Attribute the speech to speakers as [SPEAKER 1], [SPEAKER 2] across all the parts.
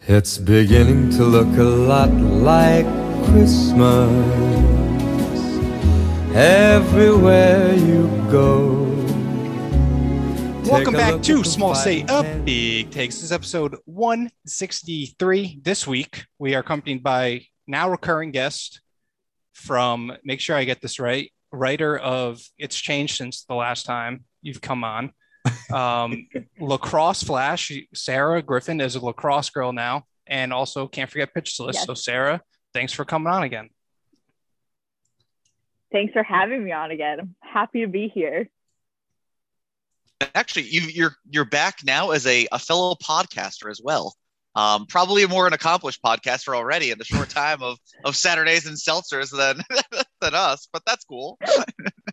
[SPEAKER 1] It's beginning to look a lot like Christmas everywhere you go.
[SPEAKER 2] Welcome back to Small Say Up Big Takes. This is episode 163. This week, we are accompanied by now recurring guest from, make sure I get this right, writer of It's Changed Since the Last Time You've Come On. Um, lacrosse Flash, Sarah Griffin is a lacrosse girl now. And also, can't forget Pitch List.
[SPEAKER 3] Yes.
[SPEAKER 2] So, Sarah, thanks for coming on again.
[SPEAKER 3] Thanks for having me on again. I'm happy to be here.
[SPEAKER 4] actually you, you're you're back now as a, a fellow podcaster as well um, probably more an accomplished podcaster already in the short time of of saturdays and seltzers than than us but that's cool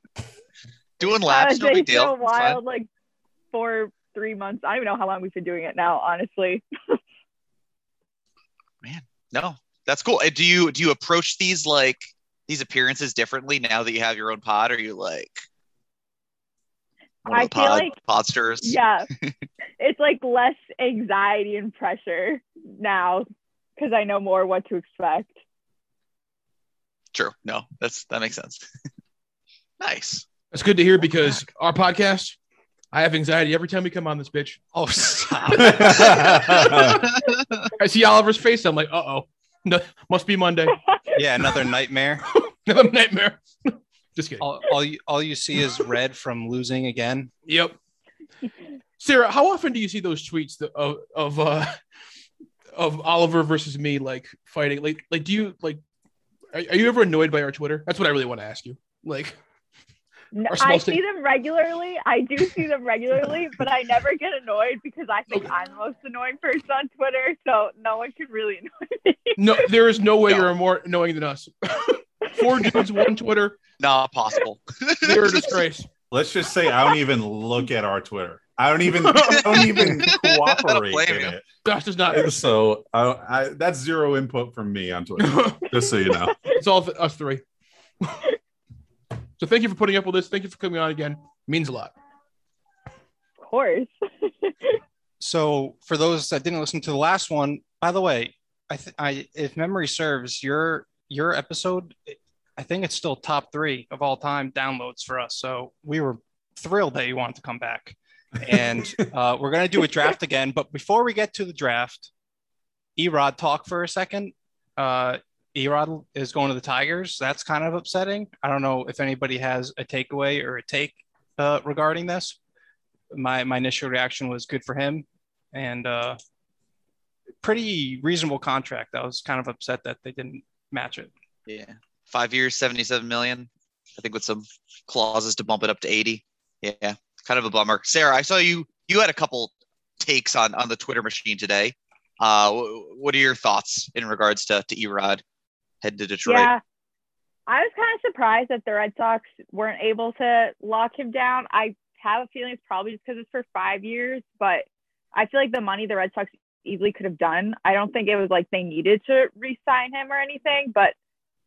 [SPEAKER 4] doing
[SPEAKER 3] I
[SPEAKER 4] laps no big deal
[SPEAKER 3] a
[SPEAKER 4] It's fine.
[SPEAKER 3] wild, like four, three months. I don't even know how long we've been doing it now, honestly.
[SPEAKER 4] no that's cool Uh, do you do you approach these like these appearances differently now that you have your own pod are you like one
[SPEAKER 3] I
[SPEAKER 4] of the
[SPEAKER 3] feel
[SPEAKER 4] pod,
[SPEAKER 3] like-
[SPEAKER 4] podsters
[SPEAKER 3] Yeah. it's like less anxiety and pressure now because I know more what to expect.
[SPEAKER 4] true no that's that makes sense nice
[SPEAKER 5] That's good to hear because our podcast, I have anxiety every time we come on this bitch.
[SPEAKER 2] Oh, stop.
[SPEAKER 5] I see Oliver's face. I'm like, uh oh, no, must be Monday.
[SPEAKER 2] yeah, another nightmare.
[SPEAKER 5] Another nightmare. Just kidding.
[SPEAKER 2] All, all, you, all you see is red from losing again.
[SPEAKER 5] Yep. Sarah, how often do you see those tweets that- of of uh, of Oliver versus me like fighting? Like, like do you like? Are, are you ever annoyed by our Twitter? That's what I really want to ask you. Like,
[SPEAKER 3] N-
[SPEAKER 5] Our small
[SPEAKER 3] I
[SPEAKER 5] state-
[SPEAKER 3] see them regularly. I do see them regularly, but I never get annoyed because I think
[SPEAKER 5] Okay.
[SPEAKER 3] I'm the most annoying person on Twitter. So no one could really annoy me.
[SPEAKER 5] no, there is no way
[SPEAKER 4] No.
[SPEAKER 5] you're more annoying than us. Four dudes, one Twitter.
[SPEAKER 4] not possible
[SPEAKER 5] They're a disgrace.
[SPEAKER 6] Let's just say I don't even look at our Twitter. I don't even I don't even
[SPEAKER 4] don't
[SPEAKER 6] cooperate
[SPEAKER 4] blame
[SPEAKER 6] in
[SPEAKER 4] you.
[SPEAKER 5] That does not.
[SPEAKER 6] it. So I, I, that's zero input from me on Twitter. Just so you know,
[SPEAKER 5] It's all th- us three. so thank you for putting up with this. Thank you for coming on again. means a lot.
[SPEAKER 3] Of course.
[SPEAKER 2] So, for those that didn't listen to the last one, by the way, I, th- I if memory serves, your your episode, I think it's still top three of all time downloads for us. So we were thrilled that you wanted to come back, and uh, we're gonna do a draft again. But before we get to the draft, Erod talk for a second. Uh, Erod is going to the Tigers. That's kind of upsetting. I don't know if anybody has a takeaway or a take uh, regarding this, my my initial reaction was good for him and uh pretty reasonable contract i was kind of upset that they didn't match it
[SPEAKER 4] Yeah. Five years, 77 million. I think with some clauses to bump it up to 80. Yeah. Kind of a bummer. Sarah, I saw you, you had a couple takes on, on the Twitter machine today. Uh, wh- what are your thoughts in regards to, to Erod heading to Detroit?
[SPEAKER 3] Yeah. I was kind of surprised that the Red Sox weren't able to lock him down. I have a feeling it's probably just because it's for five years, but I feel like the money the Red Sox easily could have done. I don't think it was like they needed to re sign him or anything, but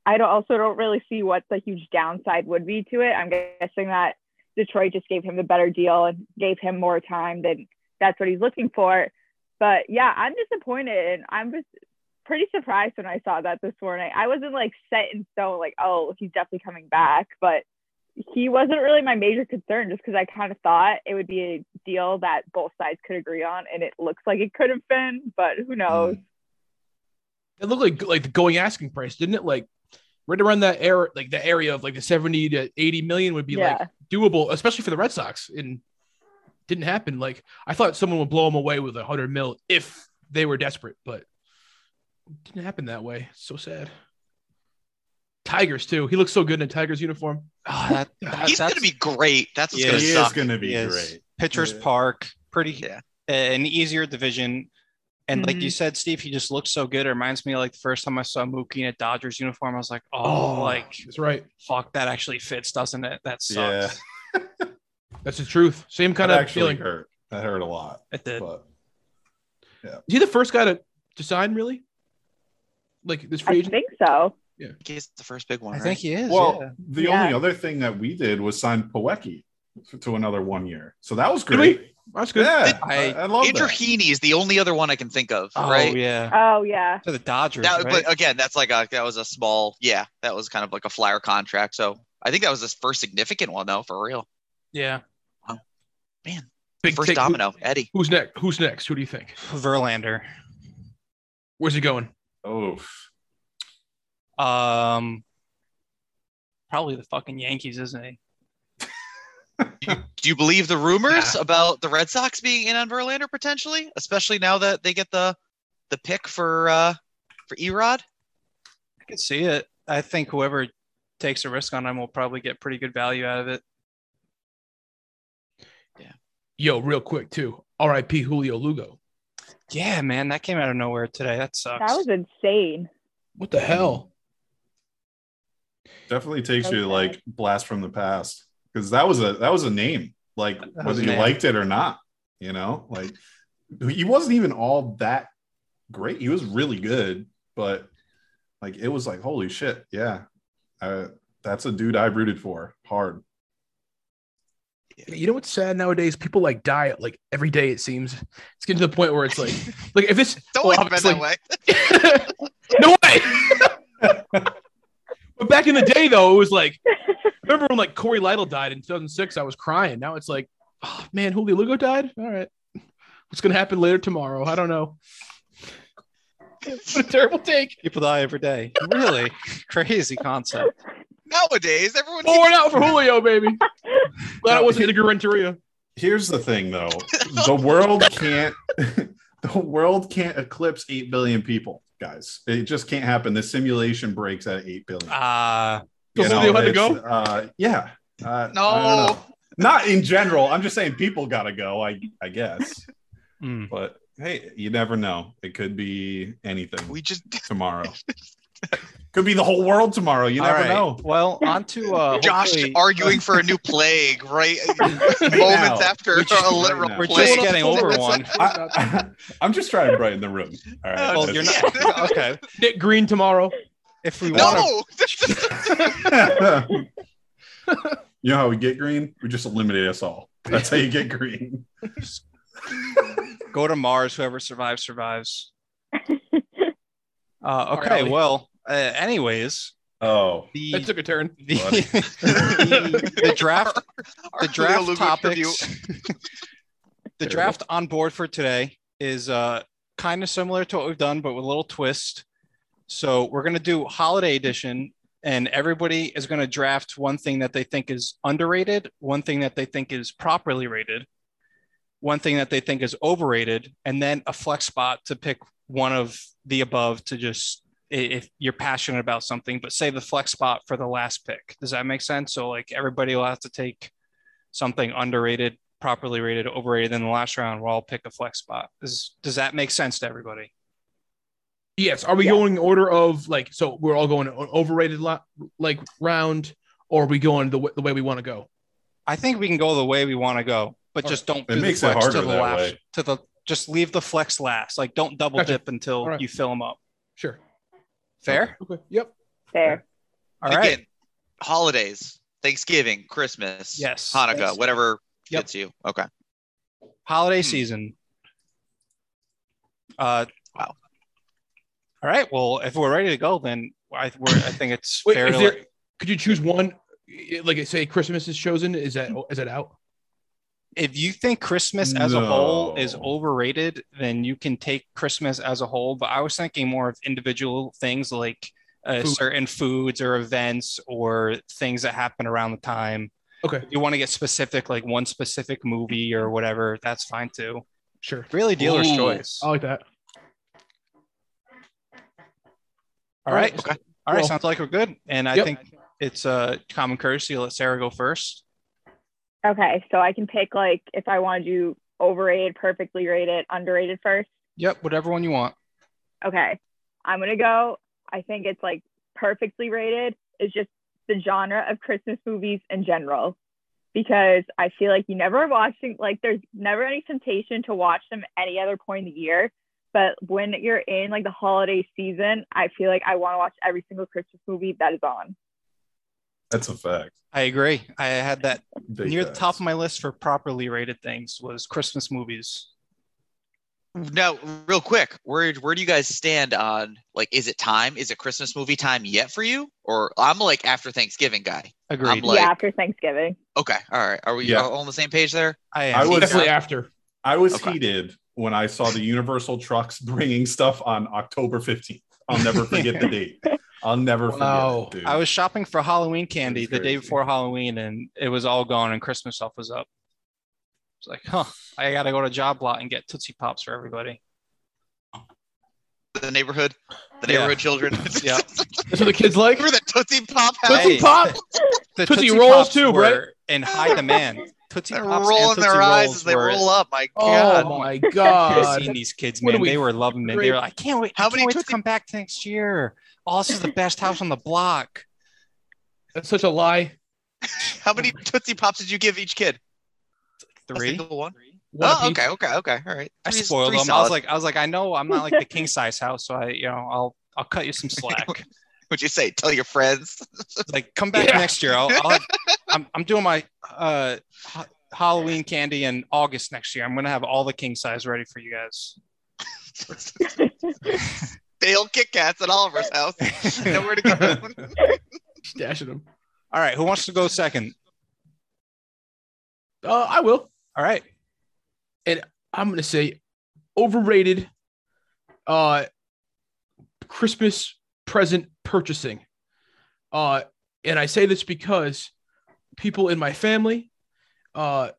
[SPEAKER 3] I don't, also don't really see what the huge downside would be to it. I'm guessing that Detroit just gave him the better deal and gave him more time than that's what he's looking for. But yeah, I'm disappointed and I'm just pretty surprised when I saw that this morning. I wasn't like set in stone, like, oh, he's definitely coming back, but he wasn't really my major concern just because I kind of thought it would be a deal that both sides could agree on, and it looks like it could have been, but who knows?
[SPEAKER 5] It looked like like the going asking price, didn't it? Like right around that area, like the area of like the 70 to 80 million would be
[SPEAKER 3] yeah,
[SPEAKER 5] like doable, especially for the Red Sox. And didn't happen. Like I thought someone would blow him away with a hundred mil if they were desperate, but didn't happen that way. So sad. Tigers too. He looks so good in a Tigers uniform.
[SPEAKER 2] oh, that, that,
[SPEAKER 4] He's going to
[SPEAKER 2] that's
[SPEAKER 4] be great. That's what's
[SPEAKER 2] Yeah,
[SPEAKER 4] going to
[SPEAKER 6] he is
[SPEAKER 4] suck.
[SPEAKER 6] going to be
[SPEAKER 2] Yes.
[SPEAKER 6] great.
[SPEAKER 2] pitchers
[SPEAKER 6] Yeah.
[SPEAKER 2] park pretty
[SPEAKER 4] Yeah.
[SPEAKER 2] an easier division and like you
[SPEAKER 3] Mhm.
[SPEAKER 2] said steve he just looks so good it reminds me like the first time i saw mookie in a dodgers uniform i was like oh, like
[SPEAKER 5] that's right.
[SPEAKER 2] fuck that actually fits doesn't it that sucks
[SPEAKER 6] Yeah,
[SPEAKER 5] That's the truth. Same
[SPEAKER 6] that
[SPEAKER 5] kind of
[SPEAKER 6] actually
[SPEAKER 5] feeling.
[SPEAKER 6] hurt. That hurt a lot.
[SPEAKER 2] it did
[SPEAKER 6] But
[SPEAKER 5] Is he the first guy to, to sign really? Like this free
[SPEAKER 3] I
[SPEAKER 5] agent?
[SPEAKER 3] think so.
[SPEAKER 4] He's the first big one.
[SPEAKER 2] i
[SPEAKER 4] right?
[SPEAKER 2] think he is
[SPEAKER 6] well,
[SPEAKER 2] yeah.
[SPEAKER 6] the
[SPEAKER 3] Yeah.
[SPEAKER 6] only other thing that we did was sign Poeki to another one year. So that was
[SPEAKER 5] Did
[SPEAKER 6] great.
[SPEAKER 5] That's good.
[SPEAKER 6] Yeah, I,
[SPEAKER 2] I-
[SPEAKER 6] I love
[SPEAKER 4] Andrew
[SPEAKER 6] that.
[SPEAKER 4] Heaney is the only other one I can think of,
[SPEAKER 2] Oh
[SPEAKER 4] right?
[SPEAKER 2] yeah,
[SPEAKER 3] Oh yeah.
[SPEAKER 2] to the Dodgers.
[SPEAKER 4] That,
[SPEAKER 2] right?
[SPEAKER 4] But again, that's like uh, a that was a small, yeah, that was kind of like a flyer contract. So I think that was his first significant one though, for real.
[SPEAKER 2] yeah,
[SPEAKER 4] Man,
[SPEAKER 5] Big
[SPEAKER 4] first
[SPEAKER 5] take. Who-
[SPEAKER 4] domino, Eddie.
[SPEAKER 5] who's next? Who's next? Who do you think?
[SPEAKER 2] Verlander.
[SPEAKER 5] Where's he going?
[SPEAKER 6] Oof.
[SPEAKER 2] Um, probably the fucking Yankees, isn't he?
[SPEAKER 4] Do you believe the rumors about the Red Sox being in on Verlander potentially, especially now that they get the the pick for uh for Erod?
[SPEAKER 2] I could see it. I think whoever takes a risk on him will probably get pretty good value out of it.
[SPEAKER 5] Yo, real quick too. R.I.P. Julio Lugo.
[SPEAKER 2] Yeah, man, that came out of nowhere today. That sucks.
[SPEAKER 3] That was insane.
[SPEAKER 5] What the hell?
[SPEAKER 6] Definitely takes you
[SPEAKER 3] Okay.
[SPEAKER 6] like blast from the past because that was a that was a name like
[SPEAKER 2] was
[SPEAKER 6] whether
[SPEAKER 2] a
[SPEAKER 6] you
[SPEAKER 2] name.
[SPEAKER 6] liked it or not. You know, like he wasn't even all that great. He was really good, but like it was like holy shit, yeah. Uh, that's a dude I rooted for hard.
[SPEAKER 5] You know what's sad nowadays? People like diet like every day. It seems it's getting to the point where it's like, like if this
[SPEAKER 4] It's
[SPEAKER 5] well,
[SPEAKER 4] always been
[SPEAKER 5] obviously-
[SPEAKER 4] that way.
[SPEAKER 5] no way. but back in the day, though, it was like, remember when like Corey Lytle died in 2006? I was crying. Now it's like, oh, man, Julio Lugo died. All right, what's gonna happen later tomorrow? I don't know. What a terrible take.
[SPEAKER 2] People die every day. Really crazy concept.
[SPEAKER 4] Nowadays, everyone
[SPEAKER 5] Four and out for Julio, baby. Glad it wasn't Edgar Renteria.
[SPEAKER 6] Here's the thing though, the world can't the world can't eclipse eight billion people, guys. It just can't happen. The simulation breaks at eight billion.
[SPEAKER 2] Ah,
[SPEAKER 5] So
[SPEAKER 6] You
[SPEAKER 5] Julio had to
[SPEAKER 6] it's,
[SPEAKER 5] go?
[SPEAKER 6] Uh, yeah. Uh,
[SPEAKER 4] No.
[SPEAKER 6] I don't know. Not in general. I'm just saying people got to go, I, I guess.
[SPEAKER 2] mm.
[SPEAKER 6] But hey, you never know. It could be anything
[SPEAKER 4] we just
[SPEAKER 6] tomorrow. could be the whole world tomorrow. You
[SPEAKER 2] All
[SPEAKER 6] never
[SPEAKER 2] right.
[SPEAKER 6] know.
[SPEAKER 2] Well, on to uh,
[SPEAKER 4] Josh
[SPEAKER 2] hopefully-
[SPEAKER 4] arguing for a new plague, right? Moments
[SPEAKER 6] now.
[SPEAKER 4] after
[SPEAKER 2] We're just-
[SPEAKER 4] a literal
[SPEAKER 6] right now.
[SPEAKER 2] uh, We're
[SPEAKER 4] plague.
[SPEAKER 2] just getting over one.
[SPEAKER 6] I, am just trying to brighten the room. All right.
[SPEAKER 2] Well,
[SPEAKER 4] Oh,
[SPEAKER 2] you're
[SPEAKER 6] that's-
[SPEAKER 2] not okay.
[SPEAKER 5] Nick Green tomorrow.
[SPEAKER 2] If we want to
[SPEAKER 4] No,
[SPEAKER 6] you know how we get green? We just eliminate us all. That's how you get green.
[SPEAKER 2] go to Mars, whoever survives survives. Uh,
[SPEAKER 5] right,
[SPEAKER 2] okay.
[SPEAKER 5] Ollie.
[SPEAKER 2] Well, uh, anyways,
[SPEAKER 6] Oh.
[SPEAKER 2] the
[SPEAKER 5] That took a turn.
[SPEAKER 2] the,
[SPEAKER 6] Buddy.
[SPEAKER 2] the, the draft
[SPEAKER 4] Our
[SPEAKER 2] the
[SPEAKER 4] Julio
[SPEAKER 2] draft
[SPEAKER 4] Lugo tribute.
[SPEAKER 2] topics the
[SPEAKER 6] Terrible.
[SPEAKER 2] draft on board for today is uh kind of similar to what we've done but with a little twist so we're going to do holiday edition and everybody is going to draft one thing that they think is underrated one thing that they think is properly rated one thing that they think is overrated and then a flex spot to pick one of the above to just i- if you're passionate about something but save the flex spot for the last pick does that make sense so like everybody will have to take something underrated, properly rated, overrated in the last round, we'll all pick a flex spot. Does, does that make sense to everybody?
[SPEAKER 5] Yes. Are we going in order of like so we're all going o- overrated lo- like round, or are we going the w- the way we want to go?
[SPEAKER 2] I think we can go the way we want to go, but
[SPEAKER 5] All
[SPEAKER 2] just don't
[SPEAKER 6] It
[SPEAKER 2] do
[SPEAKER 6] makes it
[SPEAKER 2] the flex
[SPEAKER 6] harder
[SPEAKER 2] to the
[SPEAKER 6] that
[SPEAKER 2] last
[SPEAKER 6] way.
[SPEAKER 2] to the just leave the flex last. Like don't double
[SPEAKER 5] Gotcha.
[SPEAKER 2] dip until
[SPEAKER 5] All right.
[SPEAKER 2] you fill them up.
[SPEAKER 5] Sure.
[SPEAKER 2] Fair?
[SPEAKER 5] Okay. Yep.
[SPEAKER 3] Fair.
[SPEAKER 2] All right.
[SPEAKER 4] Again, holidays, Thanksgiving, Christmas,
[SPEAKER 2] Yes.
[SPEAKER 4] Hanukkah, whatever
[SPEAKER 2] Yep.
[SPEAKER 4] gets you. Okay.
[SPEAKER 2] Holiday
[SPEAKER 4] Hmm.
[SPEAKER 2] season. Uh
[SPEAKER 4] Wow.
[SPEAKER 2] All right. Well, if we're ready to go, then I, we're, I think it's
[SPEAKER 5] Wait,
[SPEAKER 2] fair
[SPEAKER 5] is
[SPEAKER 2] to
[SPEAKER 5] there, could you choose one? I- Like say Christmas is chosen. Is that oh, is that out?
[SPEAKER 2] if you think Christmas as a whole is
[SPEAKER 6] No.
[SPEAKER 2] overrated, then you can take Christmas as a whole. But I was thinking more of individual things like uh,
[SPEAKER 5] Food.
[SPEAKER 2] certain foods or events or things that happen around the time.
[SPEAKER 5] Okay.
[SPEAKER 2] If you want to get specific, like one specific movie or whatever, that's fine too.
[SPEAKER 5] Sure.
[SPEAKER 2] Really, dealer's
[SPEAKER 4] Ooh.
[SPEAKER 2] choice.
[SPEAKER 5] I like that.
[SPEAKER 2] All right.
[SPEAKER 5] Okay.
[SPEAKER 2] All right.
[SPEAKER 5] Well-
[SPEAKER 2] sounds like we're good. And I
[SPEAKER 5] Yep.
[SPEAKER 2] think it's uh, common courtesy to let Sarah go first.
[SPEAKER 3] Okay, so I can pick like if I want to do overrated, perfectly rated, underrated first.
[SPEAKER 2] Yep. Whatever one you want.
[SPEAKER 3] Okay, I'm gonna go. I think it's like perfectly rated. It's just the genre of Christmas movies in general, because I feel like you never are watching. Like there's never any temptation to watch them any other point in the year. But when you're in like the holiday season, I feel like I want to watch every single Christmas movie that is on.
[SPEAKER 6] That's a fact.
[SPEAKER 2] I agree. I had that
[SPEAKER 6] Big
[SPEAKER 2] near the top
[SPEAKER 6] facts.
[SPEAKER 2] of my list for properly rated things was Christmas movies.
[SPEAKER 4] Now, real quick, where where do you guys stand on like is it time? Is it Christmas movie time yet for you? Or I'm like after Thanksgiving guy.
[SPEAKER 2] Agreed.
[SPEAKER 4] like-
[SPEAKER 3] yeah, after Thanksgiving.
[SPEAKER 4] Okay, all right. Are we
[SPEAKER 6] Yeah.
[SPEAKER 4] all on the same page there?
[SPEAKER 2] I,
[SPEAKER 6] I
[SPEAKER 2] am.
[SPEAKER 6] would-
[SPEAKER 5] Definitely after.
[SPEAKER 6] I was
[SPEAKER 4] Okay.
[SPEAKER 6] heated when I saw the Universal trucks bringing stuff on October 15th. I'll never forget the date. I'll never
[SPEAKER 5] Wow.
[SPEAKER 6] forget it, dude.
[SPEAKER 2] I was shopping for Halloween candy the day
[SPEAKER 6] crazy.
[SPEAKER 2] before Halloween, and it was all gone, and Christmas stuff was up. It's like, huh? I gotta go to Job Lot and get Tootsie Pops for everybody.
[SPEAKER 4] The neighborhood, the
[SPEAKER 2] Yeah.
[SPEAKER 4] neighborhood children.
[SPEAKER 2] Yeah.
[SPEAKER 5] That's what the kids like.
[SPEAKER 4] Remember that Tootsie Pop house?
[SPEAKER 5] Tootsie
[SPEAKER 2] Hey.
[SPEAKER 5] Pop.
[SPEAKER 2] The
[SPEAKER 5] Tootsie Rolls too,
[SPEAKER 2] were
[SPEAKER 5] Brett.
[SPEAKER 2] In high demand. Tootsie
[SPEAKER 4] They're
[SPEAKER 2] Pops
[SPEAKER 4] rolling
[SPEAKER 2] and Tootsie
[SPEAKER 4] their eyes
[SPEAKER 2] Rolls
[SPEAKER 4] as they
[SPEAKER 2] were,
[SPEAKER 4] roll up. My God.
[SPEAKER 5] Oh my
[SPEAKER 2] I've
[SPEAKER 5] god.
[SPEAKER 2] seen these kids,
[SPEAKER 5] What
[SPEAKER 2] man.
[SPEAKER 5] are we-
[SPEAKER 2] They were loving it. They were like, I can't wait.
[SPEAKER 4] How
[SPEAKER 2] How many
[SPEAKER 4] many
[SPEAKER 2] wait to
[SPEAKER 4] Tootsie-
[SPEAKER 2] come back next year? Oh, this is the best house on the block.
[SPEAKER 5] That's such a lie.
[SPEAKER 4] How many Tootsie Pops did you give each kid? A
[SPEAKER 2] Three.
[SPEAKER 4] single one?
[SPEAKER 5] One
[SPEAKER 4] oh,
[SPEAKER 5] apiece.
[SPEAKER 4] okay, okay, okay. All right.
[SPEAKER 2] I
[SPEAKER 4] Three's-
[SPEAKER 2] spoiled
[SPEAKER 4] three
[SPEAKER 2] them. I
[SPEAKER 4] solid.
[SPEAKER 2] was like, I was like, I know I'm not like the king size house, so I, you know, I'll I'll cut you some slack.
[SPEAKER 4] What'd you say? Tell your friends.
[SPEAKER 2] It's like, come back
[SPEAKER 5] Yeah.
[SPEAKER 2] next year. I'll, I'll have, I'm I'm doing my uh ha- Halloween candy in August next year. I'm gonna have all the king size ready for you guys.
[SPEAKER 4] Dale Kit Kats at Oliver's house. Nowhere to go.
[SPEAKER 5] Stashing them.
[SPEAKER 2] All right, who wants to go second?
[SPEAKER 5] Uh, I will.
[SPEAKER 2] All right,
[SPEAKER 5] I'm gonna say overrated uh Christmas present purchasing. Uh and I say this because people in my family uh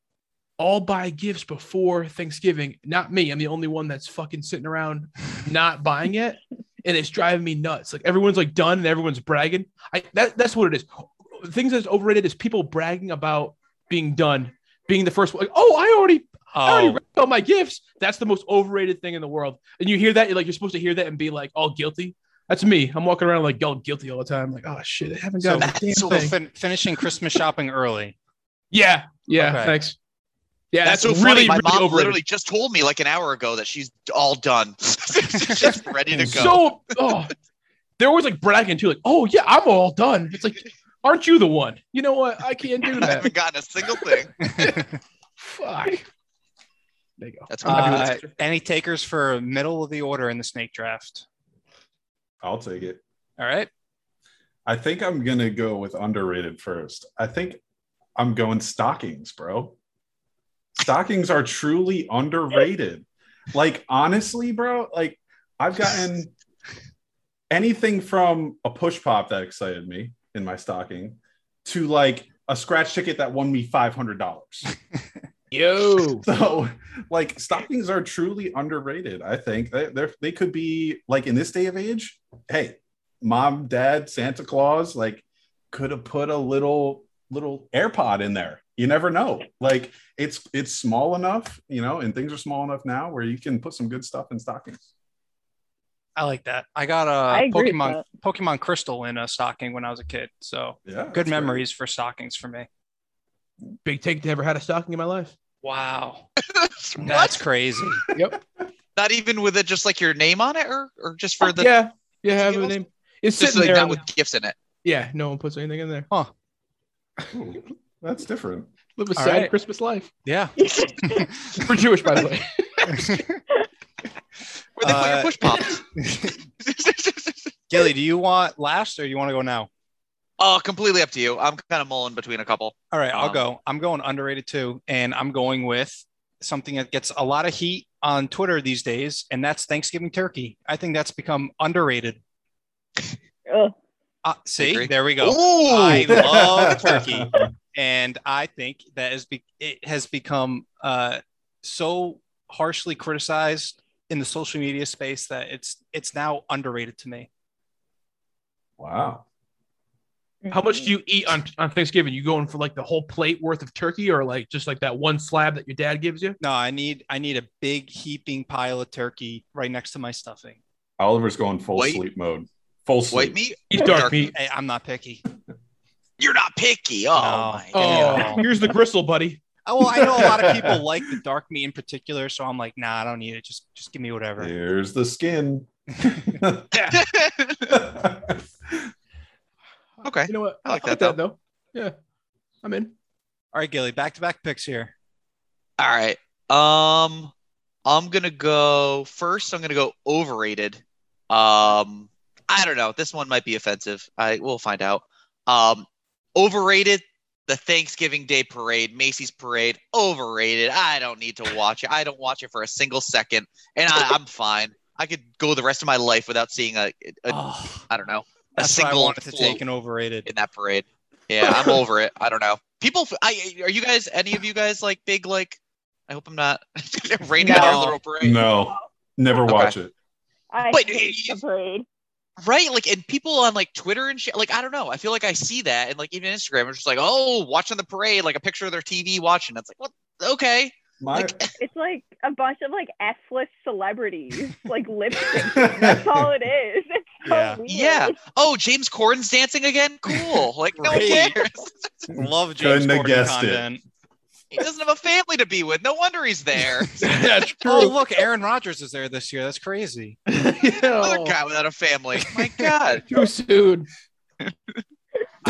[SPEAKER 5] all buy gifts before Thanksgiving. Not me. I'm the only one that's fucking sitting around not buying it. And it's driving me nuts. Like everyone's like done and everyone's bragging. I that that's what it is. Things that's overrated is people bragging about being done, being the first one. Like, oh, I already I already
[SPEAKER 4] Um,
[SPEAKER 2] oh,
[SPEAKER 5] wrapped all my gifts. That's the most overrated thing in the world. And you hear that, you're like, you're supposed to hear that and be like, all guilty. That's me. I'm walking around like all guilty all the time. Like, oh shit, I haven't
[SPEAKER 2] So
[SPEAKER 5] got a damn
[SPEAKER 2] so
[SPEAKER 5] thing.
[SPEAKER 2] fin- finishing Christmas shopping early.
[SPEAKER 5] yeah, yeah.
[SPEAKER 2] Okay.
[SPEAKER 5] Thanks. Yeah, that's,
[SPEAKER 4] so
[SPEAKER 5] really,
[SPEAKER 4] funny. My
[SPEAKER 5] really
[SPEAKER 4] mom
[SPEAKER 5] overrated.
[SPEAKER 4] literally just told me like an hour ago that she's all done. she's just ready to go.
[SPEAKER 5] so, oh, they're always like bragging too. Like, oh yeah, I'm all done. It's like, aren't you the one? You know what? I can't do
[SPEAKER 4] I
[SPEAKER 5] that.
[SPEAKER 4] haven't gotten a single thing.
[SPEAKER 5] Fuck. There you go.
[SPEAKER 4] That's
[SPEAKER 5] I'm happy with
[SPEAKER 2] Uh,
[SPEAKER 5] that.
[SPEAKER 2] any takers for middle of the order in the snake draft?
[SPEAKER 6] I'll take it.
[SPEAKER 2] All right.
[SPEAKER 6] I think I'm gonna go with underrated first. I think I'm going stockings, bro. Stockings are truly underrated. Like honestly, bro, like I've gotten anything from a push pop that excited me in my stocking to like a scratch ticket that won me five hundred dollars.
[SPEAKER 5] Yo.
[SPEAKER 6] So, like, stockings are truly underrated. I think they they they could be like in this day of age. Hey, mom, dad, Santa Claus, like, could have put a little little AirPod in there. You never know. Like, it's it's small enough, you know, and things are small enough now where you can put some good stuff in stockings.
[SPEAKER 2] I like that. I got
[SPEAKER 3] I
[SPEAKER 2] a
[SPEAKER 3] agree with
[SPEAKER 2] Pokemon Pokemon Crystal in a stocking when I was a kid. So
[SPEAKER 6] Yeah,
[SPEAKER 2] good
[SPEAKER 6] that's
[SPEAKER 2] memories for stockings for me.
[SPEAKER 5] Big take to ever had a stocking in my life.
[SPEAKER 2] Wow.
[SPEAKER 4] What?
[SPEAKER 2] That's crazy.
[SPEAKER 4] Not even with it, just like your name on it, or or just for the
[SPEAKER 5] Oh, yeah. Yeah, I have a
[SPEAKER 4] Skittles?
[SPEAKER 5] name. It's
[SPEAKER 4] just
[SPEAKER 5] sitting
[SPEAKER 4] like
[SPEAKER 5] there.
[SPEAKER 4] not with gifts in it.
[SPEAKER 5] Yeah, no one puts anything in there.
[SPEAKER 6] great. Ooh, that's different.
[SPEAKER 5] Live a
[SPEAKER 2] All
[SPEAKER 5] sad
[SPEAKER 2] right.
[SPEAKER 5] Christmas life.
[SPEAKER 2] Yeah.
[SPEAKER 5] We're Jewish, by the way.
[SPEAKER 4] Where they put your
[SPEAKER 2] Uh,
[SPEAKER 4] push pops.
[SPEAKER 2] Gilly, do you want last or you want to go now?
[SPEAKER 4] oh, completely up to you. I'm kind of mulling between a couple.
[SPEAKER 2] All right, I'll
[SPEAKER 4] Um,
[SPEAKER 2] go. I'm going underrated too, and I'm going with something that gets a lot of heat on Twitter these days, and that's Thanksgiving turkey. I think that's become underrated.
[SPEAKER 3] Ugh.
[SPEAKER 2] Uh, see,
[SPEAKER 4] agree.
[SPEAKER 2] there we go.
[SPEAKER 4] Ooh.
[SPEAKER 2] I love turkey. and I think that is be- it has become uh, so harshly criticized in the social media space that it's it's now underrated to me.
[SPEAKER 6] Wow.
[SPEAKER 5] How much do you eat on, on Thanksgiving? You going for like the whole plate worth of turkey or like just like that one slab that your dad gives you?
[SPEAKER 2] No, I need I need a big heaping pile of turkey right next to my stuffing.
[SPEAKER 6] Oliver's going full
[SPEAKER 4] White-
[SPEAKER 6] sleep mode. Full sleep.
[SPEAKER 4] White meat?
[SPEAKER 5] Eat dark meat.
[SPEAKER 2] Hey, I'm not picky.
[SPEAKER 4] You're not picky. Oh
[SPEAKER 2] No.
[SPEAKER 4] my
[SPEAKER 5] Oh,
[SPEAKER 4] god.
[SPEAKER 2] Yeah.
[SPEAKER 5] here's the gristle, buddy.
[SPEAKER 2] Oh, well, I know a lot of people like the dark meat in particular, so I'm like, nah, I don't need it. Just just give me whatever.
[SPEAKER 6] Here's the skin.
[SPEAKER 4] okay.
[SPEAKER 5] You know what?
[SPEAKER 4] I like
[SPEAKER 5] I'll
[SPEAKER 4] that,
[SPEAKER 5] get though. Yeah, I'm in.
[SPEAKER 2] All right, Gilly, back to back picks here.
[SPEAKER 4] All right. Um, I'm gonna go first. I'm gonna go overrated. Um, I don't know. This one might be offensive. I we'll find out. Um, overrated. The Thanksgiving Day Parade, Macy's Parade, overrated. I don't need to watch it. I don't watch it for a single second, and I, I'm fine. I could go the rest of my life without seeing a, a
[SPEAKER 2] Oh,
[SPEAKER 4] I don't know, a
[SPEAKER 2] that's why I
[SPEAKER 4] single
[SPEAKER 2] wanted to
[SPEAKER 4] full-
[SPEAKER 2] take an overrated.
[SPEAKER 4] in that parade. Yeah, I'm over it. I don't know. People, I are you guys? Any of you guys like big like? I hope I'm not rating
[SPEAKER 3] No.
[SPEAKER 4] our little parade,
[SPEAKER 6] No, never
[SPEAKER 4] Okay.
[SPEAKER 6] watch it.
[SPEAKER 3] I
[SPEAKER 4] But
[SPEAKER 3] hate
[SPEAKER 4] you-
[SPEAKER 3] the parade.
[SPEAKER 4] right? Like, and people on like Twitter and shit. Like, I don't know. I feel like I see that, and like even Instagram, it's just like, oh, watching the parade, like a picture of their TV watching. It's like, what? Okay,
[SPEAKER 6] My,
[SPEAKER 3] It's like a bunch of like S list celebrities, like lip syncing. That's all it is. It's so
[SPEAKER 2] Yeah.
[SPEAKER 3] weird.
[SPEAKER 4] yeah. Oh, James Corden's dancing again. Cool. Like, no one
[SPEAKER 2] Great.
[SPEAKER 4] cares.
[SPEAKER 2] Love James
[SPEAKER 6] Couldn't have
[SPEAKER 2] Corden
[SPEAKER 6] guessed it.
[SPEAKER 2] content.
[SPEAKER 4] He doesn't have a family to be with. No wonder he's there.
[SPEAKER 5] yeah, true.
[SPEAKER 2] Oh, look, Aaron Rodgers is there this year. That's crazy.
[SPEAKER 4] Another
[SPEAKER 5] yeah.
[SPEAKER 4] guy without a family. My God.
[SPEAKER 5] Too soon.
[SPEAKER 2] I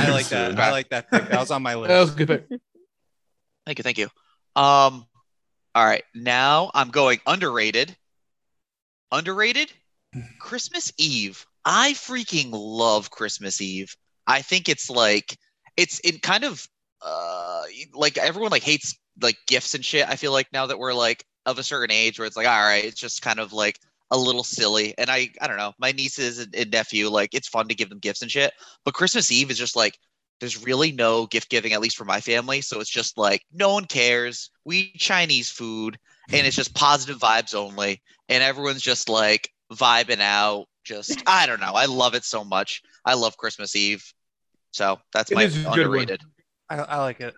[SPEAKER 2] like that. I like that pick. That was on my
[SPEAKER 5] That was
[SPEAKER 2] list.
[SPEAKER 5] a good pick.
[SPEAKER 4] Thank you, thank you. Um, all right, now I'm going underrated. Underrated, Christmas Eve. I freaking love Christmas Eve. I think it's like it's it kind of uh like everyone like hates like gifts and shit. I feel like now that we're like of a certain age where it's like all right, it's just kind of like a little silly. And I I don't know, my nieces and, and nephew like it's fun to give them gifts and shit. But Christmas Eve is just like there's really no gift giving, at least for my family. So it's just like no one cares. We eat Chinese food and it's just positive vibes only. And everyone's just like vibing out. Just I don't know. I love it so much. I love Christmas Eve. So that's
[SPEAKER 5] It
[SPEAKER 4] my
[SPEAKER 5] is a good one.
[SPEAKER 4] underrated.
[SPEAKER 2] I, I like it.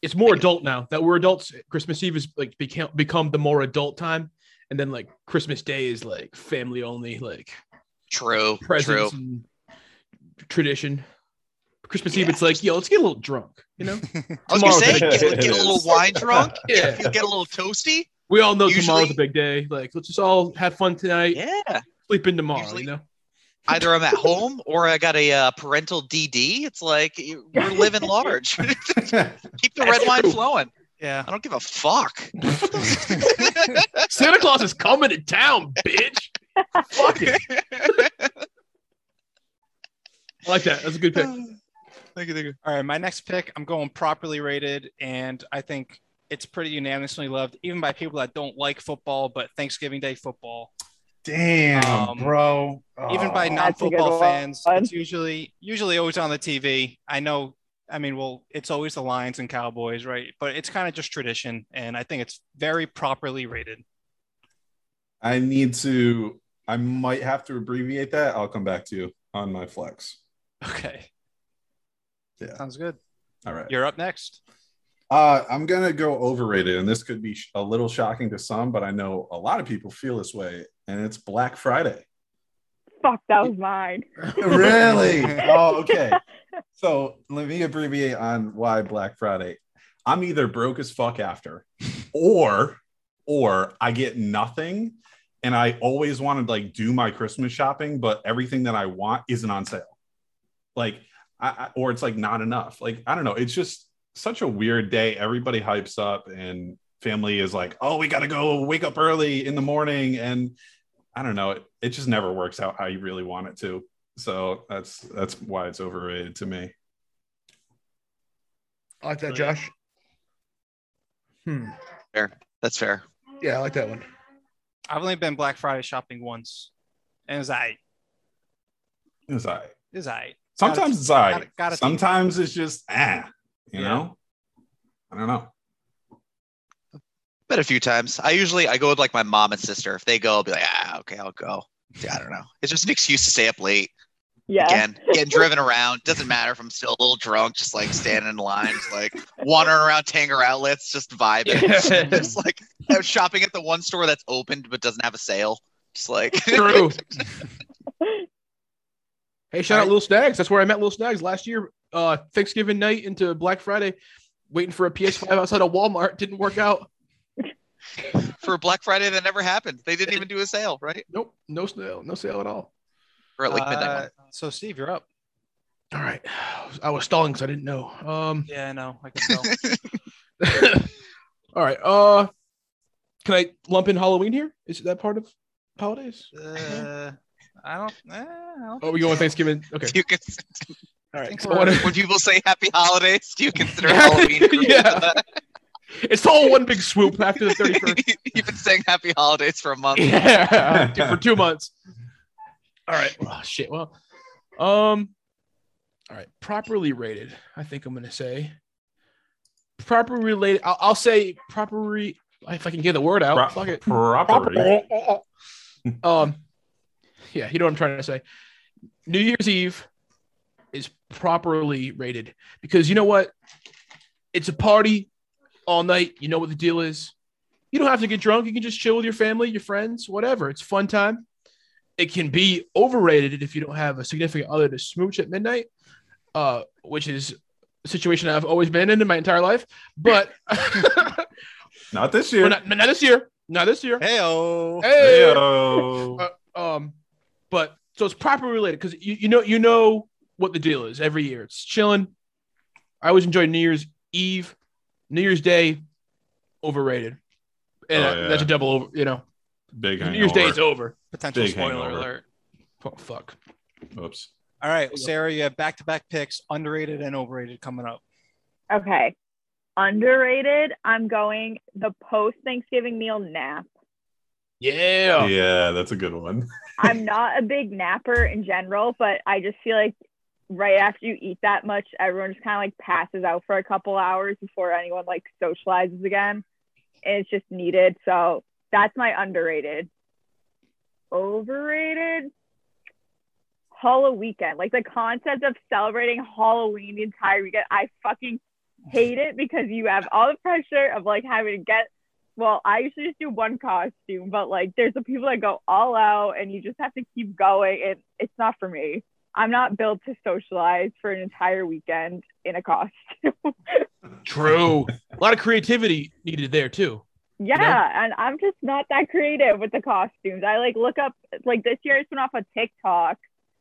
[SPEAKER 5] It's more adult now that we're adults. Christmas Eve is like become become the more adult time, and then like Christmas Day is like family only, like
[SPEAKER 4] True. True.
[SPEAKER 5] presents and tradition. Christmas Eve,
[SPEAKER 4] Yeah.
[SPEAKER 5] it's like yo, let's get a little drunk, you know?
[SPEAKER 4] I was gonna say
[SPEAKER 5] Tomorrow's
[SPEAKER 4] get,
[SPEAKER 6] the day.
[SPEAKER 4] get a little wine drunk.
[SPEAKER 5] yeah.
[SPEAKER 4] You get a little toasty.
[SPEAKER 5] We all know tomorrow's
[SPEAKER 4] Usually-
[SPEAKER 5] a big day. Like, let's just all have fun tonight.
[SPEAKER 4] Yeah.
[SPEAKER 5] Sleep in tomorrow,
[SPEAKER 4] Usually-
[SPEAKER 5] you know?
[SPEAKER 4] Either I'm at home or I got a uh, parental DD. It's like you- we're living large. Keep the
[SPEAKER 5] That's
[SPEAKER 4] red wine
[SPEAKER 5] true.
[SPEAKER 4] flowing.
[SPEAKER 2] Yeah.
[SPEAKER 4] I don't give a fuck.
[SPEAKER 5] Santa Claus is coming to town, bitch. Fuck it. I like that. That's a good pick.
[SPEAKER 4] Thank you, thank you.
[SPEAKER 2] All right, my next pick, I'm going properly rated, and I think it's pretty unanimously loved, even by people that don't like football, but Thanksgiving Day football.
[SPEAKER 6] Damn,
[SPEAKER 2] Um,
[SPEAKER 6] bro.
[SPEAKER 2] even by
[SPEAKER 6] Oh.
[SPEAKER 3] That's a good
[SPEAKER 2] non-football
[SPEAKER 3] one.
[SPEAKER 2] fans it's usually usually always on the tv i know i mean well it's always the lions and cowboys right but it's kind of just tradition and i think it's very properly rated
[SPEAKER 6] I need to. I might have to abbreviate that. I'll come back to you on my flex.
[SPEAKER 2] okay
[SPEAKER 6] Yeah.
[SPEAKER 2] sounds good
[SPEAKER 6] All right.
[SPEAKER 2] you're up next
[SPEAKER 6] Uh, I'm gonna go overrated, and this could be sh- a little shocking to some, but I know a lot of people feel this way, and it's Black Friday.
[SPEAKER 3] Fuck, that was mine.
[SPEAKER 6] really? Oh, okay. So let me abbreviate on why Black Friday. I'm either broke as fuck after, or or I get nothing, and I always want to like do my Christmas shopping, but everything that I want isn't on sale. Like, I, I or it's like not enough. Like I don't know. It's just such a weird day. Everybody hypes up, and family is like, "Oh, we gotta go wake up early in the morning," and I don't know. It, it just never works out how you really want it to. So that's that's why it's overrated to me.
[SPEAKER 5] I like that, Josh. Hmm.
[SPEAKER 4] That's fair.
[SPEAKER 5] Yeah, I like that one.
[SPEAKER 2] i've only been black friday shopping once and it's i
[SPEAKER 6] It's all right.
[SPEAKER 2] it's i
[SPEAKER 6] Sometimes it's all right.
[SPEAKER 2] gotta- gotta-
[SPEAKER 6] Sometimes it's just ah, you
[SPEAKER 2] Yeah.
[SPEAKER 6] know. I don't know.
[SPEAKER 4] Been a few times. I usually I go with like my mom and sister. If they go, I'll be like, ah, okay, I'll go. Yeah, I don't know. It's just an excuse to stay up late
[SPEAKER 3] Yeah.
[SPEAKER 4] again, getting driven around. Doesn't matter if I'm still a little drunk, just like standing in lines, like wandering around Tanger outlets, just vibing.
[SPEAKER 5] Yeah.
[SPEAKER 4] just like I was shopping at the one store that's opened but doesn't have a sale. Just like
[SPEAKER 5] True. hey, shout
[SPEAKER 2] All
[SPEAKER 5] out
[SPEAKER 2] right.
[SPEAKER 5] Lil Snags. That's where I met Lil Snags last year. Uh, Thanksgiving night into Black Friday, waiting for a PS5 outside of Walmart. Didn't work out.
[SPEAKER 4] for Black Friday that never happened. They didn't even do a sale, right?
[SPEAKER 5] Nope. No sale. No sale at all.
[SPEAKER 4] Or at like midnight.
[SPEAKER 2] Uh, so steve you're up
[SPEAKER 5] All right. I was stalling because I didn't know. Um,
[SPEAKER 2] Yeah, I know. I can tell.
[SPEAKER 5] all right. Uh, can I lump in Halloween here? Is that part of holidays?
[SPEAKER 2] uh, I don't. eh, I don't
[SPEAKER 5] Oh, we go on Thanksgiving. Okay.
[SPEAKER 4] Do you con-
[SPEAKER 5] All
[SPEAKER 2] think
[SPEAKER 5] right.
[SPEAKER 2] we're-
[SPEAKER 5] What-
[SPEAKER 4] when people say happy holidays, do you consider Halloween?
[SPEAKER 5] Yeah. It's all one big swoop after the 31st.
[SPEAKER 4] You've been saying happy holidays for a month.
[SPEAKER 5] yeah, dude, for two months. All right. Well, shit. Well, um, all right. Properly rated. I think I'm gonna say properly related. I'll, I'll say properly if I can get the word out.
[SPEAKER 6] Pro-
[SPEAKER 5] fuck Oh, it.
[SPEAKER 6] Properly.
[SPEAKER 5] Um, yeah, you know what I'm trying to say. New Year's Eve is properly rated because you know what? It's a party all night. You know what the deal is. You don't have to get drunk. You can just chill with your family, your friends, whatever. It's fun time. It can be overrated if you don't have a significant other to smooch at midnight, uh, which is a situation I've always been in in my entire life. But, but
[SPEAKER 6] Not this year.
[SPEAKER 5] not, not this year. Not this year.
[SPEAKER 2] Heyo.
[SPEAKER 5] Hey!
[SPEAKER 6] Ayo.
[SPEAKER 5] Uh, um but so it's properly related because you, you know you know what the deal is every year it's chilling i always enjoy new year's eve new year's day overrated and
[SPEAKER 6] Oh,
[SPEAKER 5] that- that's a
[SPEAKER 6] yeah.
[SPEAKER 5] double over you know
[SPEAKER 6] Big
[SPEAKER 5] Uh, new year's day is
[SPEAKER 6] hangover.
[SPEAKER 5] over
[SPEAKER 2] Potential
[SPEAKER 6] Big
[SPEAKER 2] spoiler
[SPEAKER 6] hangover.
[SPEAKER 2] alert.
[SPEAKER 5] oh fuck
[SPEAKER 6] Oops.
[SPEAKER 2] All right,
[SPEAKER 5] you go.
[SPEAKER 2] Sarah, you have back-to-back picks, underrated and overrated, coming up.
[SPEAKER 3] Okay. Underrated. I'm going the post Thanksgiving meal nap.
[SPEAKER 5] yeah
[SPEAKER 6] Yeah, that's a good one.
[SPEAKER 3] I'm not a big napper in general, but I just feel like right after you eat that much, everyone just kind of like passes out for a couple hours before anyone like socializes again. And it's just needed. So that's my underrated. Overrated. Halloween weekend. Like the concept of celebrating Halloween the entire weekend, I fucking hate it because you have all the pressure of like having to get well, I usually just do one costume, but like there's the people that go all out and you just have to keep going. And it's not for me. I'm not built to socialize for an entire weekend in a costume.
[SPEAKER 5] true a lot of creativity needed there too
[SPEAKER 3] yeah. And I'm just not that creative with the costumes. I like look up, like this year I just went off of TikTok,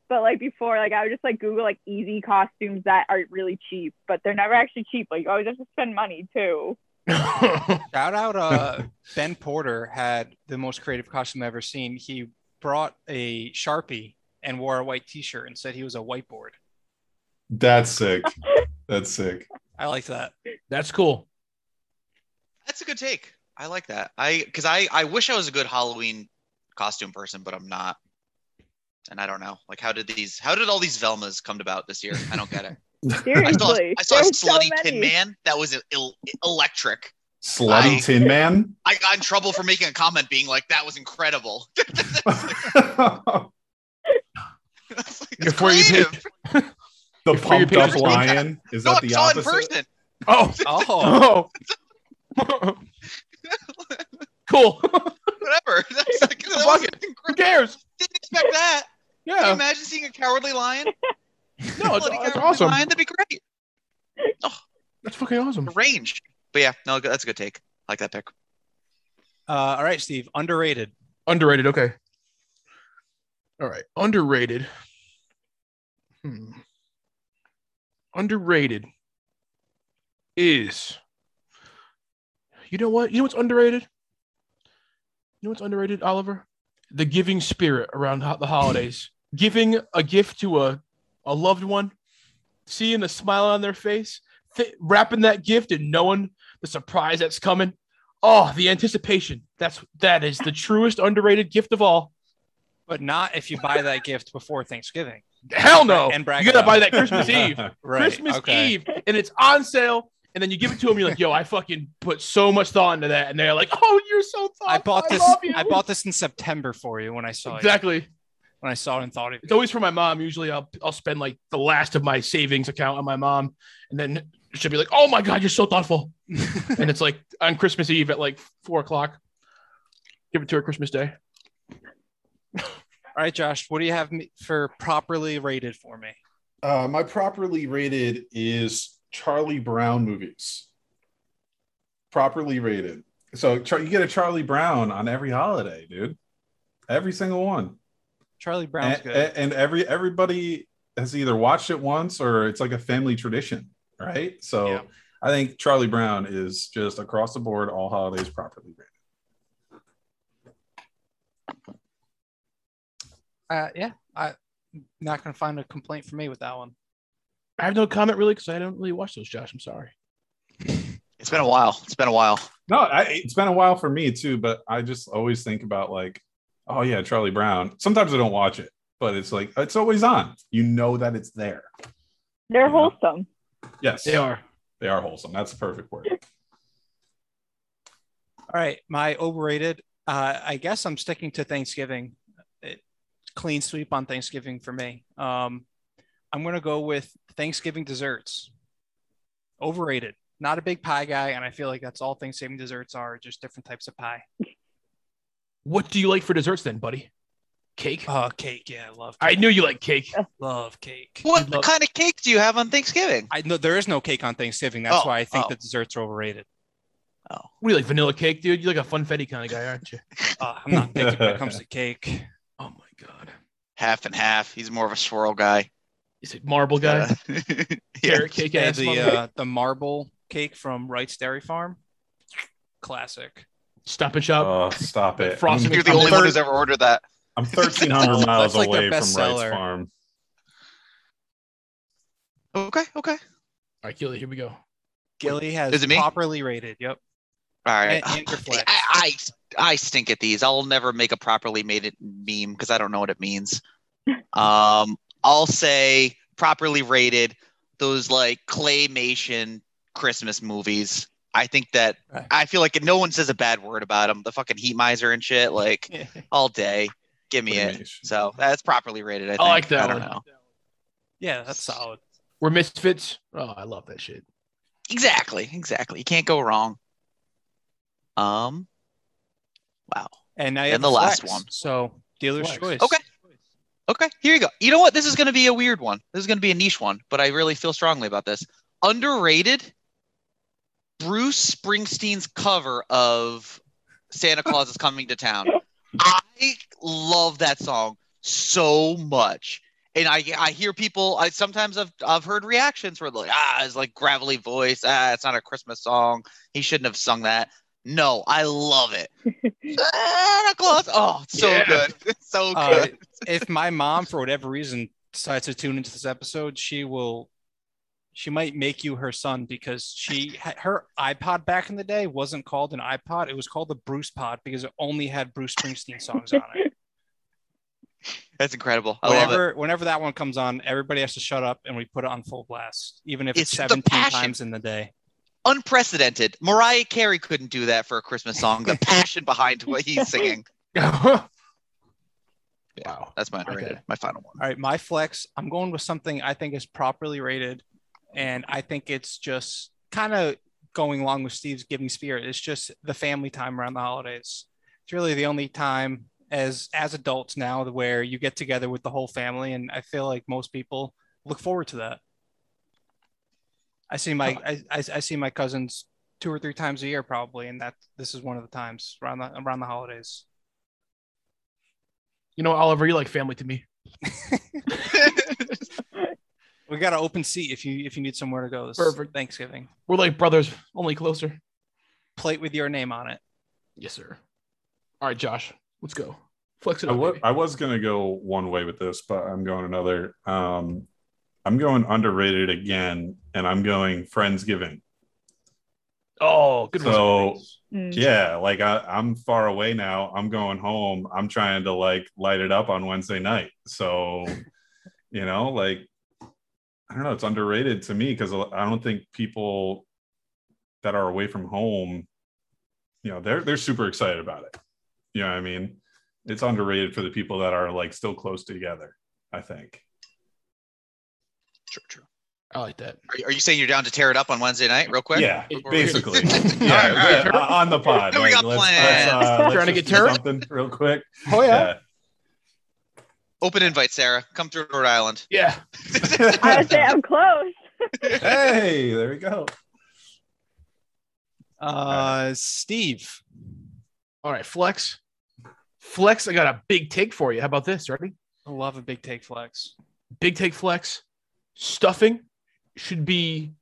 [SPEAKER 3] but like before, like I would just like Google like easy costumes that are really cheap, but they're never actually cheap. Like you always have to spend money too.
[SPEAKER 2] Shout out uh Ben Porter had the most creative costume I've ever seen. He brought a Sharpie and wore a white t-shirt and said he was a whiteboard.
[SPEAKER 6] That's sick. That's sick.
[SPEAKER 2] I like that.
[SPEAKER 5] that's cool
[SPEAKER 4] That's a good take. I like that. I because I I wish I was a good Halloween costume person, but I'm not. And I don't know. Like, how did these? How did all these Velmas come about this year? I don't get it. I saw
[SPEAKER 3] Seriously.
[SPEAKER 4] I saw a
[SPEAKER 3] there's so
[SPEAKER 4] slutty
[SPEAKER 3] many.
[SPEAKER 4] Tin Man that was el- electric.
[SPEAKER 6] Slutty
[SPEAKER 4] I-
[SPEAKER 6] Tin Man.
[SPEAKER 4] I got in trouble for making a comment being like that was incredible.
[SPEAKER 6] the
[SPEAKER 4] It's like, it's
[SPEAKER 5] Before you
[SPEAKER 4] creative.
[SPEAKER 5] Before you
[SPEAKER 6] pumped
[SPEAKER 5] pay
[SPEAKER 6] up
[SPEAKER 5] for it.
[SPEAKER 6] lion. Is
[SPEAKER 4] no,
[SPEAKER 6] that
[SPEAKER 4] I
[SPEAKER 6] the
[SPEAKER 4] saw it in
[SPEAKER 6] opposite?
[SPEAKER 4] person.
[SPEAKER 5] oh
[SPEAKER 2] Oh,
[SPEAKER 5] oh cool
[SPEAKER 4] Whatever. That's like, that
[SPEAKER 5] Fuck
[SPEAKER 4] was
[SPEAKER 5] who
[SPEAKER 4] incredible.
[SPEAKER 5] cares
[SPEAKER 4] Didn't expect that. Can you
[SPEAKER 5] yeah
[SPEAKER 4] imagine seeing a cowardly lion?
[SPEAKER 5] no it's,
[SPEAKER 4] Bloody
[SPEAKER 5] it's
[SPEAKER 4] cowardly
[SPEAKER 5] awesome
[SPEAKER 4] Lion, that'd be great.
[SPEAKER 5] that's fucking awesome
[SPEAKER 4] range. But yeah, no, that's a good take. I like that pick.
[SPEAKER 2] uh, all right, Steve. Underrated.
[SPEAKER 5] Underrated. Okay. All right. Underrated. Hmm. Underrated is. You know what? You know what's underrated? You know what's underrated, Oliver? The giving spirit around ho- the holidays. giving a gift to a, a loved one, seeing the smile on their face, thi- wrapping that gift and knowing the surprise that's coming. Oh, the anticipation. That's that is the truest underrated gift of all.
[SPEAKER 2] But not if you buy that gift before Thanksgiving.
[SPEAKER 5] Hell no.
[SPEAKER 2] And brag
[SPEAKER 5] you gotta
[SPEAKER 2] about
[SPEAKER 5] buy
[SPEAKER 2] it.
[SPEAKER 5] that Christmas Eve.
[SPEAKER 2] Right.
[SPEAKER 5] Christmas
[SPEAKER 2] okay.
[SPEAKER 5] Eve. And it's on sale. And then you give it to them, you're like, yo, I fucking put so much thought into that. And they're like, oh, you're so thoughtful.
[SPEAKER 2] I bought this.
[SPEAKER 5] love you."
[SPEAKER 2] I bought this in September for you when I saw it.
[SPEAKER 5] exactly.
[SPEAKER 2] When I saw it and thought of
[SPEAKER 5] It's
[SPEAKER 2] you.
[SPEAKER 5] always for my mom. Usually I'll I'll spend like the last of my savings account on my mom. And then she'll be like, Oh my God, you're so thoughtful. and it's like on Christmas Eve at like four o'clock. Give it to her Christmas Day.
[SPEAKER 2] All right, Josh. What do you have me- for properly rated for me?
[SPEAKER 6] Uh, my properly rated is Charlie Brown movies. Properly rated. So Char- you get a Charlie Brown on every holiday, dude. Every single one.
[SPEAKER 2] Charlie Brown's
[SPEAKER 6] And,
[SPEAKER 2] good.
[SPEAKER 6] and every everybody has either watched it once or it's like a family tradition, right? So
[SPEAKER 2] Yeah.
[SPEAKER 6] I think Charlie Brown is just across the board all holidays properly rated.
[SPEAKER 2] Uh, yeah, I not gonna find a complaint for me with that one.
[SPEAKER 5] I have no comment really because I don't really watch those, Josh. I'm sorry.
[SPEAKER 4] It's been a while. It's been a while.
[SPEAKER 6] No, I, it's been a while for me too, but I just always think about like, oh yeah, Charlie Brown. Sometimes I don't watch it, but it's like it's always on. You know that it's there.
[SPEAKER 3] They're
[SPEAKER 6] Yeah.
[SPEAKER 3] wholesome.
[SPEAKER 6] Yes,
[SPEAKER 5] They are.
[SPEAKER 6] They are wholesome. That's the perfect word.
[SPEAKER 2] All right, my overrated. Uh, I guess I'm sticking to Thanksgiving. It, clean sweep on Thanksgiving for me. Um, I'm gonna go with Thanksgiving desserts. Overrated. Not a big pie guy, and I feel like that's all Thanksgiving desserts are, just different types of pie.
[SPEAKER 5] What do you like for desserts then, buddy? Cake.
[SPEAKER 2] Oh, cake. Yeah, I love.
[SPEAKER 5] I
[SPEAKER 2] Cake.
[SPEAKER 5] knew you like cake.
[SPEAKER 2] love cake.
[SPEAKER 4] What
[SPEAKER 5] love-
[SPEAKER 4] kind of cake do you have on Thanksgiving?
[SPEAKER 2] I know there is no cake on Thanksgiving. That's
[SPEAKER 4] Oh,
[SPEAKER 2] why I think
[SPEAKER 4] oh.
[SPEAKER 2] the desserts are overrated.
[SPEAKER 5] What do you like? Vanilla cake, dude. You're like a funfetti kind of guy, aren't you?
[SPEAKER 2] Uh, I'm not picky when it comes to cake.
[SPEAKER 5] Oh my god.
[SPEAKER 4] Half and half. He's more of a swirl guy.
[SPEAKER 5] Is it marble guy?
[SPEAKER 4] Yeah.
[SPEAKER 5] Carrot cake
[SPEAKER 2] Yeah,
[SPEAKER 5] ass.
[SPEAKER 2] the
[SPEAKER 5] mother-
[SPEAKER 2] uh, the marble cake from Wright's Dairy Farm, classic.
[SPEAKER 5] Stop and shop.
[SPEAKER 6] Oh, stop it.
[SPEAKER 5] Frosting
[SPEAKER 6] I'm-
[SPEAKER 4] You're the
[SPEAKER 5] I'm
[SPEAKER 4] only one
[SPEAKER 5] third-
[SPEAKER 4] who's ever ordered that.
[SPEAKER 6] I'm 1,300 miles
[SPEAKER 2] That's like their
[SPEAKER 6] away from Wright's
[SPEAKER 2] best seller.
[SPEAKER 6] Farm.
[SPEAKER 4] Okay, okay.
[SPEAKER 5] All right, Keely, here we go.
[SPEAKER 2] Gilly has
[SPEAKER 4] Is it me?
[SPEAKER 2] properly rated. Yep.
[SPEAKER 4] All right.
[SPEAKER 2] And- and your flex.
[SPEAKER 4] I, I I stink at these. I'll never make a properly made it meme because I don't know what it means. Um, I'll say properly rated those like claymation Christmas movies. I think that
[SPEAKER 2] Right.
[SPEAKER 4] I feel like no one says a bad word about them. The fucking heat miser and shit, like all day. Give me it.
[SPEAKER 6] Claymation.
[SPEAKER 4] So that's properly rated. I, think.
[SPEAKER 5] I like that
[SPEAKER 4] I don't
[SPEAKER 5] one.
[SPEAKER 4] know.
[SPEAKER 2] Yeah, that's solid.
[SPEAKER 5] We're misfits. Oh, I love that shit.
[SPEAKER 4] Exactly. Exactly. You can't go wrong. Um. Wow.
[SPEAKER 2] And I
[SPEAKER 4] And
[SPEAKER 2] have a
[SPEAKER 4] the last
[SPEAKER 2] flex,
[SPEAKER 4] one.
[SPEAKER 2] So dealer's
[SPEAKER 5] Flex.
[SPEAKER 2] choice.
[SPEAKER 4] Okay. Okay, here you go. You know what? This is going to be a weird one. This is going to be a niche one, but I really feel strongly about this. Underrated Bruce Springsteen's cover of Santa Claus is Coming to Town. I love that song so much. And I, I hear people, I sometimes I've, I've heard reactions where like, ah, it's like gravelly voice. Ah, it's not a Christmas song. He shouldn't have sung that. No, I love it. Santa Claus. Oh, it's so
[SPEAKER 5] Yeah.
[SPEAKER 4] good. It's so good.
[SPEAKER 2] Uh, if my mom, for whatever reason, decides to tune into this episode, she will. She might make you her son because she her iPod back in the day wasn't called an iPod. It was called the Bruce Pod because it only had Bruce Springsteen songs on it.
[SPEAKER 4] That's incredible. I love it.
[SPEAKER 2] whenever whenever that one comes on, everybody has to shut up and we put it on full blast, even if it's,
[SPEAKER 4] It's the
[SPEAKER 2] 17
[SPEAKER 4] passion.
[SPEAKER 2] times in the day.
[SPEAKER 4] Unprecedented. Mariah Carey couldn't do that for a Christmas song. The passion behind what he's singing.
[SPEAKER 5] Wow.
[SPEAKER 4] That's my underrated,
[SPEAKER 5] Okay.
[SPEAKER 4] my final one.
[SPEAKER 2] All right, my flex, I'm going with something I think is properly rated and I think it's just kind of going along with Steve's giving spirit. It's just the family time around the holidays. It's really the only time as as adults now where you get together with the whole family and I feel like most people look forward to that. I see my I, I, I see my cousins two or three times a year probably and that this is one of the times around the around the holidays.
[SPEAKER 5] You know, Oliver, you like family to me.
[SPEAKER 2] We got an open seat if you if you need somewhere to go this
[SPEAKER 5] Perfect.
[SPEAKER 2] Thanksgiving.
[SPEAKER 5] We're like brothers, only closer.
[SPEAKER 2] Plate with your name on it.
[SPEAKER 5] Yes, sir. All right, Josh, let's go. Flex it
[SPEAKER 6] I
[SPEAKER 5] up.
[SPEAKER 6] wa-
[SPEAKER 5] baby.
[SPEAKER 6] I was gonna go one way with this, but I'm going another. Um, I'm going underrated again, and I'm going Friendsgiving.
[SPEAKER 5] oh, good one.
[SPEAKER 6] So
[SPEAKER 3] Mm.
[SPEAKER 6] yeah, like I, I'm far away now. I'm going home. I'm trying to like light it up on Wednesday night. So, you know, like I don't know. It's underrated to me because I don't think people that are away from home, you know, they're they're super excited about it. You know what I mean? It's underrated for the people that are like still close together. I think.
[SPEAKER 4] True, true.
[SPEAKER 5] I like that.
[SPEAKER 4] Are you, are you saying you're down to tear it up on Wednesday night, real quick?
[SPEAKER 6] Yeah,
[SPEAKER 5] Before we-
[SPEAKER 6] basically.
[SPEAKER 4] All right,
[SPEAKER 6] yeah,
[SPEAKER 4] all right.
[SPEAKER 6] on the pod.
[SPEAKER 4] We got plans.
[SPEAKER 5] Trying to
[SPEAKER 6] uh, just
[SPEAKER 5] get
[SPEAKER 6] do
[SPEAKER 5] turret?
[SPEAKER 6] something real quick.
[SPEAKER 5] Oh
[SPEAKER 4] Open invite, Sarah. Come through Rhode Island.
[SPEAKER 5] Yeah.
[SPEAKER 3] I would say I'm close.
[SPEAKER 6] hey, there we go.
[SPEAKER 2] Uh, Steve.
[SPEAKER 5] All right, Flex. Flex, I got a big take for you. How about this? Ready?
[SPEAKER 2] I love a big take flex.
[SPEAKER 5] big take flex, stuffing should be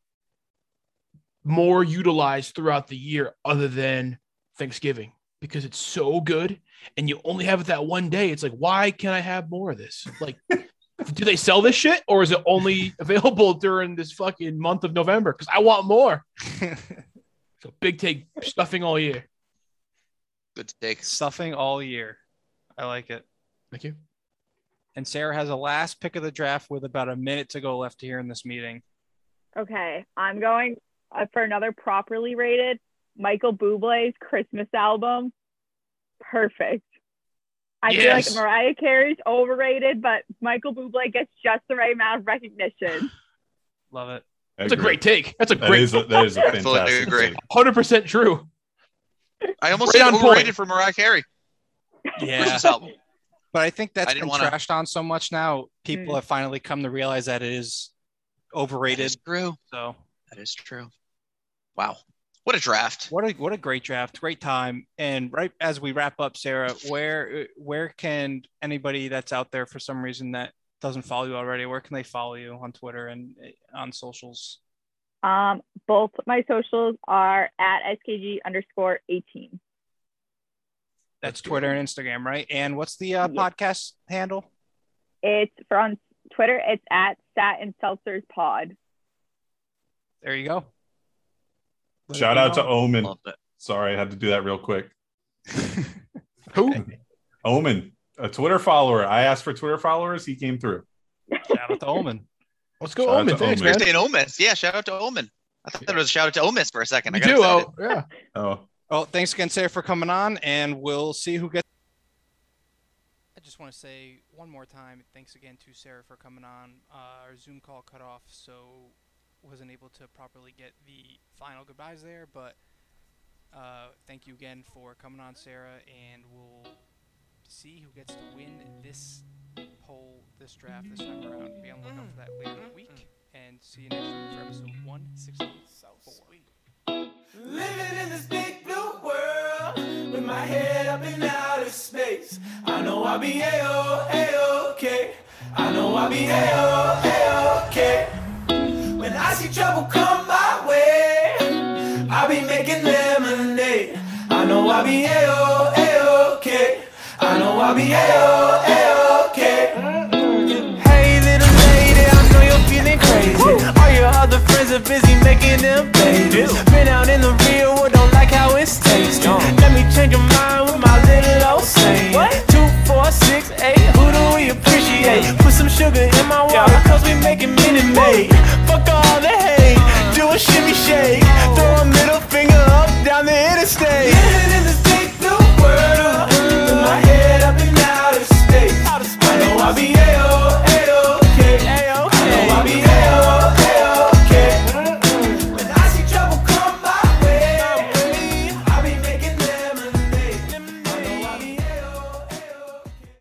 [SPEAKER 5] more utilized throughout the year other than Thanksgiving because it's so good and you only have it that one day. It's like, why can't I have more of this? Like, do they sell this shit or is it only available during this fucking month of November? Because I want more. So big take stuffing all year.
[SPEAKER 4] Good take.
[SPEAKER 2] Stuffing all year. I like it.
[SPEAKER 5] Thank you.
[SPEAKER 2] And Sarah has a last pick of the draft with about a minute to go left here in this meeting.
[SPEAKER 3] Okay, I'm going uh, for another properly rated Michael Bublé's Christmas album. Perfect. I
[SPEAKER 5] Yes.
[SPEAKER 3] feel like Mariah Carey's overrated, but Michael Bublé gets just the right amount of recognition.
[SPEAKER 2] Love it.
[SPEAKER 5] That's a great take. That's a
[SPEAKER 6] That
[SPEAKER 5] great
[SPEAKER 6] is a, that is a
[SPEAKER 4] Absolutely
[SPEAKER 6] fantastic.
[SPEAKER 4] agree.
[SPEAKER 6] take.
[SPEAKER 5] hundred percent true.
[SPEAKER 4] I almost
[SPEAKER 5] Right
[SPEAKER 4] said
[SPEAKER 5] on point.
[SPEAKER 4] overrated for Mariah Carey.
[SPEAKER 2] Yeah.
[SPEAKER 4] Christmas album.
[SPEAKER 2] But I think that's
[SPEAKER 4] I
[SPEAKER 2] been
[SPEAKER 4] didn't wanna-
[SPEAKER 2] trashed on so much now. People
[SPEAKER 5] Hmm.
[SPEAKER 3] Mm.
[SPEAKER 2] have finally come to realize that it is
[SPEAKER 4] That
[SPEAKER 2] overrated.
[SPEAKER 4] is true.
[SPEAKER 2] so
[SPEAKER 4] That is true. Wow. What a draft.
[SPEAKER 2] what a what a great draft, great time. And right as we wrap up, Sarah, where where can anybody that's out there for some reason that doesn't follow you already, where can they follow you on Twitter and eh, on socials?
[SPEAKER 3] Um, both my socials are at skg underscore 18.
[SPEAKER 2] That's
[SPEAKER 5] That's good.
[SPEAKER 2] Twitter and Instagram, right? And what's the uh,
[SPEAKER 3] Yes.
[SPEAKER 2] podcast handle?
[SPEAKER 3] It's from Twitter, it's at Sat and Seltzer's Pod.
[SPEAKER 2] There you go. Let it
[SPEAKER 6] Shout
[SPEAKER 2] be
[SPEAKER 6] out to
[SPEAKER 2] known.
[SPEAKER 6] Omen.
[SPEAKER 4] Loved it.
[SPEAKER 6] Sorry, I had to do that real quick.
[SPEAKER 5] Who?
[SPEAKER 6] Omen, a Twitter follower. I asked for Twitter followers. He came through.
[SPEAKER 2] Shout out to Omen.
[SPEAKER 5] Let's go,
[SPEAKER 6] Shout out
[SPEAKER 5] Omen.
[SPEAKER 6] to
[SPEAKER 5] Thanks,
[SPEAKER 6] Omen.
[SPEAKER 5] man.
[SPEAKER 4] Thursday in Ole Miss. Yeah, shout out to Omen. I thought it was a shout out to Ole Miss for a second.
[SPEAKER 5] Me
[SPEAKER 4] I got
[SPEAKER 5] too.
[SPEAKER 4] excited.
[SPEAKER 5] Oh, yeah.
[SPEAKER 6] Oh,
[SPEAKER 2] Well, thanks again, Sarah, for coming on, and we'll see who gets. I just want to say one more time, thanks again to Sarah for coming on. Uh, our Zoom call cut off, so wasn't able to properly get the final goodbyes there. But uh, thank you again for coming on, Sarah, and we'll see who gets to win this poll, this draft, this time around. Be on the lookout for that later in the week, and see you next week for episode one sixty-four.
[SPEAKER 7] Living in this big blue world with my head up in outer space. I know I'll be A-O, A-OK. I know I'll be A-O, A-OK. When I see trouble come my way, I'll be making lemonade. I know I'll be A-O, A-OK. I know I'll be A-O, A-OK. Hey, little lady, I know you're feeling crazy. All your other friends are busy making them babies. Been out in the real world, don't like how it's tasting. Let me change your mind with my little old saying. Two, four, six, eight. Who do we appreciate? Put some sugar in my water, cause we making minute maid.